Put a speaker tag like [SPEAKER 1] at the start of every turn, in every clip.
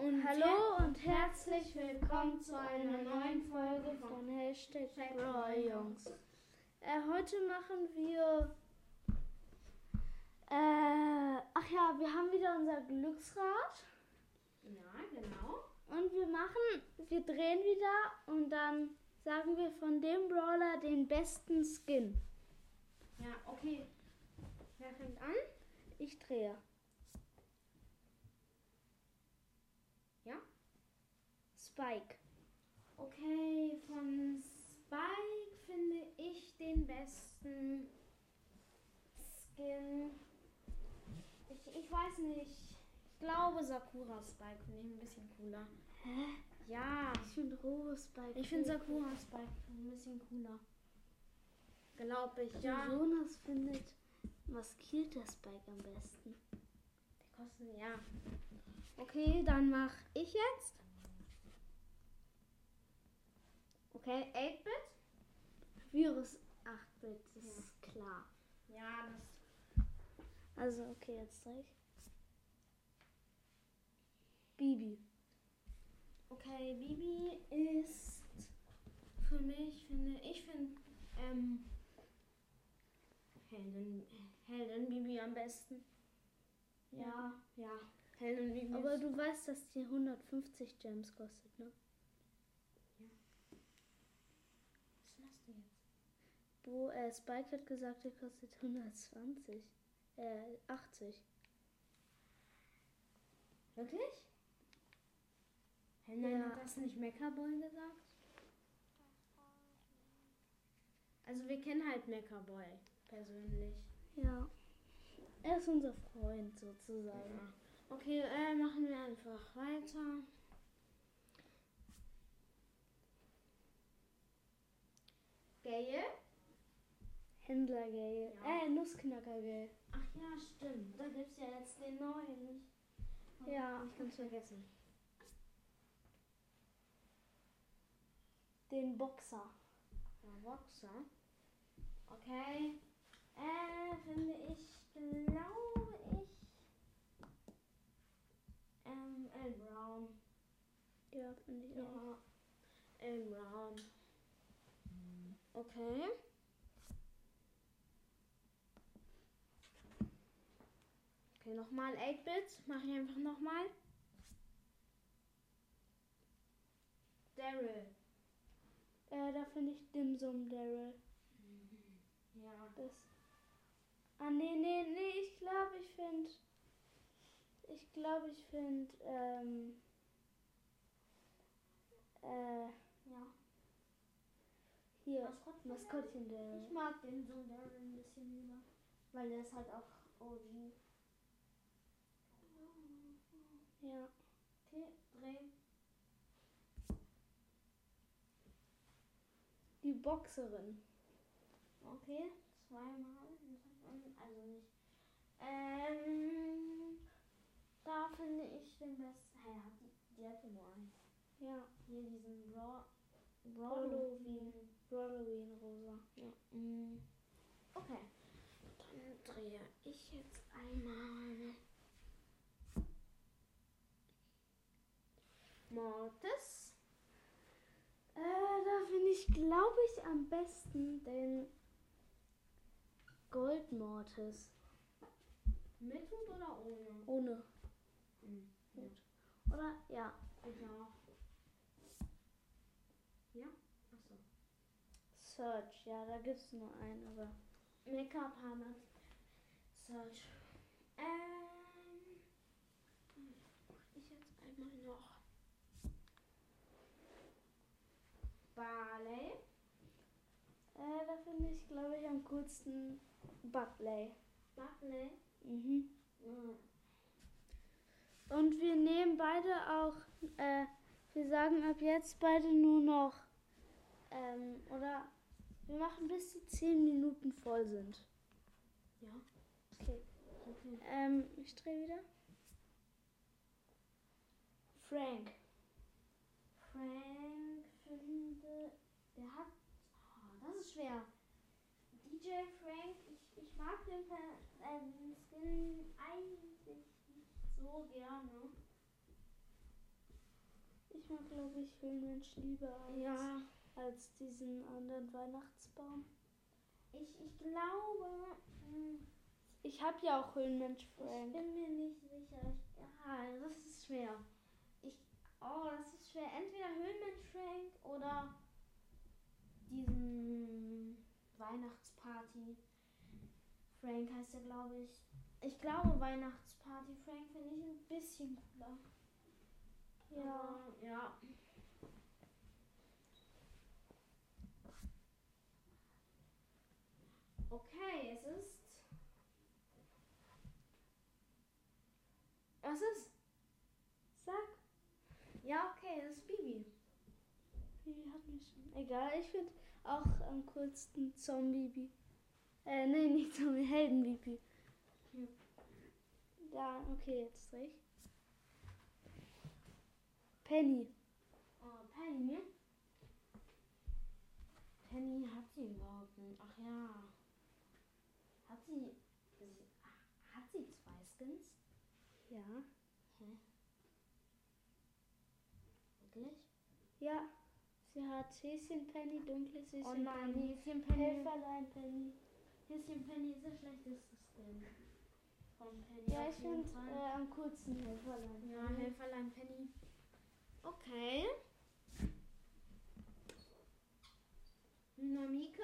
[SPEAKER 1] Hallo und herzlich willkommen zu einer neuen Folge von Hashtag Brawl Jungs. Äh, heute machen wir. Äh, ach ja, wir haben wieder unser Glücksrad
[SPEAKER 2] Ja, genau.
[SPEAKER 1] und wir machen, wir drehen wieder und dann sagen wir von dem Brawler den besten Skin.
[SPEAKER 2] Ja, okay. Wer fängt an?
[SPEAKER 1] Ich drehe.
[SPEAKER 2] Ja.
[SPEAKER 1] Spike.
[SPEAKER 2] Okay, von Spike finde ich den besten Skin. Ich, ich weiß nicht. Ich glaube Sakura Spike finde ich ein bisschen cooler.
[SPEAKER 1] Hä?
[SPEAKER 2] Ja.
[SPEAKER 1] Ich finde rohe Spike.
[SPEAKER 2] Ich finde Sakura Spike ein bisschen cooler. Glaube ich, ja. Der
[SPEAKER 1] Jonas findet maskierter Spike am besten.
[SPEAKER 2] kosten, ja.
[SPEAKER 1] Okay, dann mach ich jetzt.
[SPEAKER 2] Okay, 8-Bit?
[SPEAKER 1] Virus 8-Bit, das ist klar.
[SPEAKER 2] Ja, das.
[SPEAKER 1] Also, okay, jetzt zeig. Bibi.
[SPEAKER 2] Okay, Bibi ist für mich, finde ich, finde ähm, Helden, Helden Bibi am besten. Ja, ja, Helden Bibi.
[SPEAKER 1] Aber
[SPEAKER 2] ist-
[SPEAKER 1] du weißt, dass die 150 Gems kostet, ne?
[SPEAKER 2] was machst du jetzt?
[SPEAKER 1] Bo, äh, Spike hat gesagt, die kostet 120. Äh, 80.
[SPEAKER 2] Wirklich? Helden
[SPEAKER 1] Ja.
[SPEAKER 2] hat das nicht Meckerboy gesagt? Also wir kennen halt Meckerboy persönlich.
[SPEAKER 1] Ja. Er ist unser Freund sozusagen.
[SPEAKER 2] Ja. Okay, äh, machen wir einfach weiter. Gail?
[SPEAKER 1] Händlergale.
[SPEAKER 2] Ja.
[SPEAKER 1] Äh, Nussknackergale.
[SPEAKER 2] Ach ja, stimmt. Da gibt's ja jetzt den neuen.
[SPEAKER 1] Ja,
[SPEAKER 2] Ich kann's vergessen.
[SPEAKER 1] den Boxer.
[SPEAKER 2] Der Boxer. Okay. Äh, finde ich, glaube ich. Ähm, El Brown.
[SPEAKER 1] Ja, finde ich auch.
[SPEAKER 2] Ja. Im Raum. Okay. Okay, nochmal 8-Bit. Mach ich einfach nochmal. Daryl.
[SPEAKER 1] Äh, da finde ich Dimsum Daryl.
[SPEAKER 2] Ja.
[SPEAKER 1] Das. Ah, nee, nee, nee, ich glaube, ich finde. Ich glaube, ich finde. Ähm, äh,
[SPEAKER 2] ja.
[SPEAKER 1] hier.
[SPEAKER 2] Maskottchen.
[SPEAKER 1] Maskottchen Daryl.
[SPEAKER 2] Ich mag den Sohn Daryl ein bisschen lieber. Weil der ist halt auch OG.
[SPEAKER 1] Ja.
[SPEAKER 2] Okay, drehen.
[SPEAKER 1] Die Boxerin.
[SPEAKER 2] Okay, zweimal. Also nicht. Ähm, da finde ich den besten. Hey, hat die, die hat nur einen.
[SPEAKER 1] Ja.
[SPEAKER 2] Hier diesen Bro.
[SPEAKER 1] Brawlowin.
[SPEAKER 2] Brawlowin.
[SPEAKER 1] Brawlerin Rosa.
[SPEAKER 2] Ja. mm. Okay. Dann drehe ich jetzt einmal. Mortis.
[SPEAKER 1] Äh, da finde ich, glaube ich, am besten den Goldmortis.
[SPEAKER 2] Mit Hut oder ohne?
[SPEAKER 1] Ohne.
[SPEAKER 2] Mhm. Gut.
[SPEAKER 1] Oder? Ja.
[SPEAKER 2] Ich auch. Ja? Achso.
[SPEAKER 1] Search, ja, da gibt es nur einen, aber.
[SPEAKER 2] Make-up-Palette. Search.
[SPEAKER 1] Äh,
[SPEAKER 2] Ähm. Ich jetzt einmal noch. Barley.
[SPEAKER 1] Äh, da finde ich, glaube ich, am coolsten Buckley.
[SPEAKER 2] Barley.
[SPEAKER 1] Mhm.
[SPEAKER 2] Mhm.
[SPEAKER 1] Und wir nehmen beide auch, äh, wir sagen ab jetzt beide nur noch, ähm, oder wir machen bis die 10 Minuten voll sind.
[SPEAKER 2] Ja.
[SPEAKER 1] Okay.
[SPEAKER 2] Okay.
[SPEAKER 1] Ähm, ich drehe wieder. Frank.
[SPEAKER 2] Frank finde. Der hat. Ah, das ist schwer. DJ Frank, ich, ich mag den, Per- äh, den Skin eigentlich nicht so gerne.
[SPEAKER 1] Ich mag, glaube ich, Höhlenmensch lieber als,
[SPEAKER 2] Ja.
[SPEAKER 1] als diesen anderen Weihnachtsbaum.
[SPEAKER 2] Ich, ich glaube, hm,
[SPEAKER 1] Ich habe ja auch Höhlenmensch
[SPEAKER 2] ich
[SPEAKER 1] Frank.
[SPEAKER 2] bin mir nicht sicher. Ich, ah, das ist schwer. Ich, oh, das ist schwer. Entweder Höhlenmensch Frank oder diesen Weihnachtsparty. Frank heißt er, glaube ich. Ich glaube, Weihnachtsparty Frank finde ich ein bisschen cooler.
[SPEAKER 1] Ja.
[SPEAKER 2] Aber, ja. Okay, es ist. Was ist?
[SPEAKER 1] Sag,
[SPEAKER 2] Ja, okay, es ist Bibi.
[SPEAKER 1] Bibi hat mich schon. Egal, ich finde auch am coolsten Zombie. Äh, nee, nicht Zombie, Heldenbibi.
[SPEAKER 2] Ja.
[SPEAKER 1] Ja, okay, jetzt recht. Penny.
[SPEAKER 2] Oh, Penny, ne? Penny hat sie überhaupt nicht. Ach ja. Hat sie. sie hat sie zwei Skins?
[SPEAKER 1] Ja.
[SPEAKER 2] Wirklich?
[SPEAKER 1] Ja. Sie hat Häschenpenny, dunkles
[SPEAKER 2] Oh
[SPEAKER 1] Häschenpenny.
[SPEAKER 2] nein, Häschen Penny.
[SPEAKER 1] Helferlein Penny.
[SPEAKER 2] Häschen Penny ist der schlechteste Skin. Von Penny.
[SPEAKER 1] Ja,
[SPEAKER 2] auf
[SPEAKER 1] ich
[SPEAKER 2] jeden
[SPEAKER 1] finde
[SPEAKER 2] Fall.
[SPEAKER 1] äh, mhm. am coolsten Helferlein.
[SPEAKER 2] Ja, Helferlein Penny. Okay. Hm, Namika?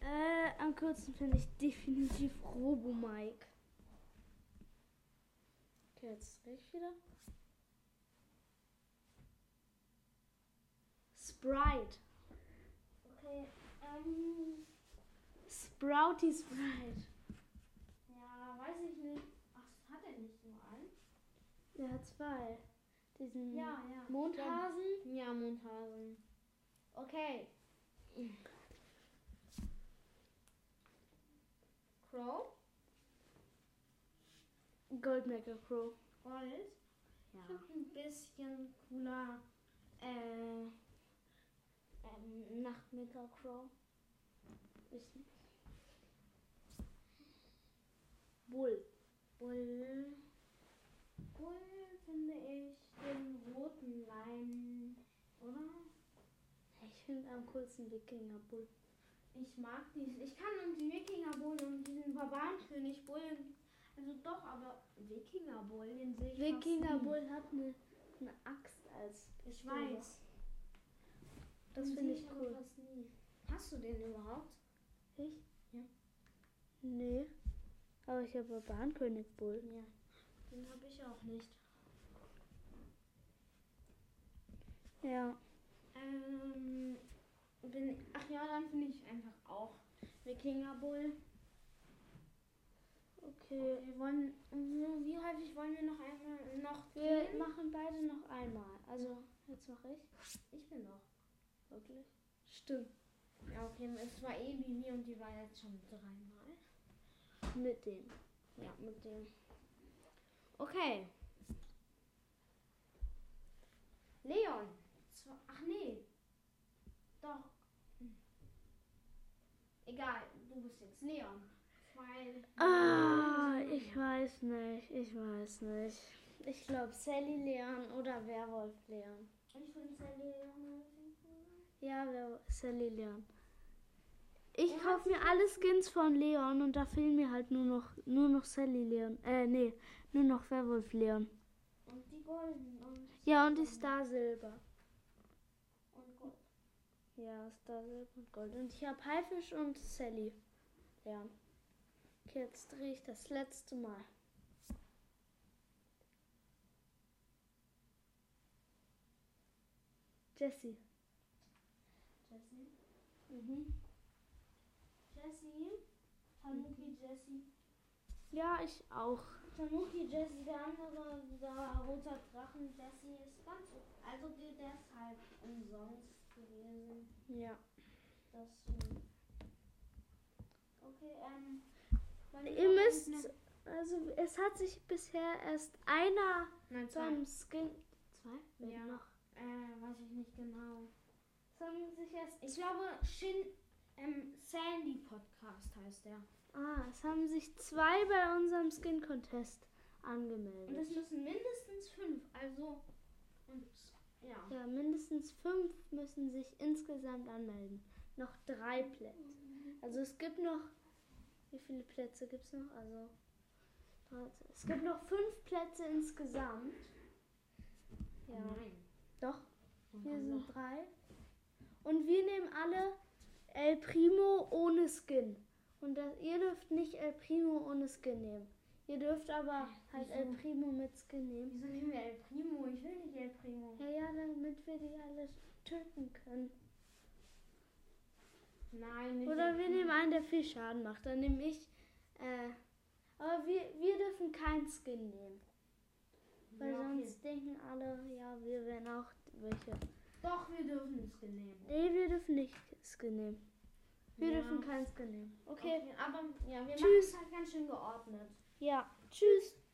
[SPEAKER 1] Äh, am coolsten finde ich definitiv Robo Mike. Okay, jetzt richtig wieder. Sprite.
[SPEAKER 2] Okay. Ähm,
[SPEAKER 1] Sprouty Sprite.
[SPEAKER 2] ja, weiß ich nicht. Ach, hat er nicht nur einen?
[SPEAKER 1] Der hat zwei. Diesen
[SPEAKER 2] ja. Mondhasen?
[SPEAKER 1] Mhm. Mondhasen.
[SPEAKER 2] Ja, Mondhasen. Okay. Crow?
[SPEAKER 1] Goldmaker Crow.
[SPEAKER 2] Gold?
[SPEAKER 1] Ja.
[SPEAKER 2] Ich hab ein bisschen cooler äh, ähm, Nachtmaker Crow.
[SPEAKER 1] Ich nicht. Bull.
[SPEAKER 2] Bull. Bull finde ich den roten Leim, oder?
[SPEAKER 1] Ich finde am coolsten Wikinger Bull.
[SPEAKER 2] Ich mag diesen. Ich kann und den Wikinger Bull und diesen Barbarenkönig Bull. Also doch, aber Wikinger Bull, den sehe ich. fast
[SPEAKER 1] Wikinger
[SPEAKER 2] nie.
[SPEAKER 1] Bull hat eine ne Axt als.
[SPEAKER 2] Ich weiß.
[SPEAKER 1] Das
[SPEAKER 2] Den
[SPEAKER 1] finde
[SPEAKER 2] sehe
[SPEAKER 1] ich
[SPEAKER 2] aber
[SPEAKER 1] cool.
[SPEAKER 2] fast nie. Hast du den überhaupt?
[SPEAKER 1] Ich?
[SPEAKER 2] Ja.
[SPEAKER 1] Nee. Aber ich habe Bahnkönig Bull.
[SPEAKER 2] Ja. Den habe ich auch nicht.
[SPEAKER 1] Ja.
[SPEAKER 2] Ähm, bin, ach ja, dann finde ich einfach auch Wikinger Bull.
[SPEAKER 1] Okay.
[SPEAKER 2] Wir wollen, wie häufig wollen wir noch einmal noch
[SPEAKER 1] Wir
[SPEAKER 2] gehen?
[SPEAKER 1] machen beide noch einmal. Also, jetzt mache ich.
[SPEAKER 2] Ich bin noch.
[SPEAKER 1] Wirklich? Stimmt.
[SPEAKER 2] Ja, okay, es war eh Bibi und die war jetzt schon dreimal.
[SPEAKER 1] Mit dem.
[SPEAKER 2] Ja, mit dem. Okay. Leon. Zw- Ach nee. Doch. Hm. Egal, du bist jetzt Leon. Weil.
[SPEAKER 1] Ah, ich weiß nicht. Ich weiß nicht. Ich glaube Sally Leon oder Werwolf Leon.
[SPEAKER 2] Ich finde Sally Leon irgendwie cool.
[SPEAKER 1] Ja, Werwolf, Sally Leon. Ich
[SPEAKER 2] Er hat
[SPEAKER 1] kaufe mir alle Skins von Leon und da fehlen mir halt nur noch nur noch Sally Leon. Äh, nee, nur noch Werwolf Leon.
[SPEAKER 2] Und die Golden und,
[SPEAKER 1] Ja, und die Star Silber.
[SPEAKER 2] und Gold.
[SPEAKER 1] Ja, Star Silber und Gold. Und ich habe Haifisch und Sally Leon. Okay, jetzt drehe ich das letzte Mal. Jessie.
[SPEAKER 2] Jessie.
[SPEAKER 1] Mhm.
[SPEAKER 2] Jessie. Tanuki Jessie.
[SPEAKER 1] Mhm. Ja, ich auch.
[SPEAKER 2] Tanuki Jessie, der andere, dieser roter Drachen Jessie ist ganz o- Also der, der ist halt umsonst gewesen.
[SPEAKER 1] Ja.
[SPEAKER 2] Das stimmt. Okay, ähm. meine
[SPEAKER 1] Ihr müsst,
[SPEAKER 2] Favoriten-
[SPEAKER 1] also es hat sich bisher erst einer
[SPEAKER 2] Nein, zwei.
[SPEAKER 1] zum Skin. Zwei? Wer
[SPEAKER 2] Ja.
[SPEAKER 1] Noch.
[SPEAKER 2] Äh, weiß ich nicht genau.
[SPEAKER 1] Es haben sich erst.
[SPEAKER 2] Ich glaube, Shin. Ähm, Sandy Podcast heißt der.
[SPEAKER 1] Ah, es haben sich zwei bei unserem Skin Contest
[SPEAKER 2] Und es
[SPEAKER 1] angemeldet.
[SPEAKER 2] müssen mindestens fünf. Also Und ja.
[SPEAKER 1] Ja, mindestens fünf müssen sich insgesamt anmelden. Noch drei Plätze. Also es gibt noch. Wie viele Plätze gibt es noch? Also. 13. Es gibt noch fünf Plätze insgesamt. Ja.
[SPEAKER 2] Nein.
[SPEAKER 1] Doch,
[SPEAKER 2] Man
[SPEAKER 1] hier
[SPEAKER 2] kann
[SPEAKER 1] sind
[SPEAKER 2] doch-
[SPEAKER 1] drei. Und wir nehmen alle El Primo ohne Skin. Und das, ihr dürft nicht El Primo ohne Skin nehmen. Ihr dürft aber halt El
[SPEAKER 2] Wieso?
[SPEAKER 1] Primo mit Skin nehmen.
[SPEAKER 2] Wieso nehmen wir El Primo? Ich will nicht El Primo.
[SPEAKER 1] Ja, ja, damit wir die alle töten können.
[SPEAKER 2] Nein, nicht
[SPEAKER 1] Oder
[SPEAKER 2] El
[SPEAKER 1] wir
[SPEAKER 2] Primo.
[SPEAKER 1] nehmen einen, der viel Schaden macht. Dann nehme ich. Äh, aber wir, wir dürfen keinen Skin nehmen. Weil
[SPEAKER 2] Ja, okay.
[SPEAKER 1] sonst denken alle, ja, wir wären auch welche.
[SPEAKER 2] Doch, wir dürfen es nehmen.
[SPEAKER 1] Nee, wir dürfen nicht Skin nehmen. Wir
[SPEAKER 2] Ja.
[SPEAKER 1] dürfen keinen Skin nehmen. Okay.
[SPEAKER 2] Okay, aber ja, wir machen
[SPEAKER 1] Tschüss.
[SPEAKER 2] es halt ganz schön geordnet.
[SPEAKER 1] Ja. Tschüss.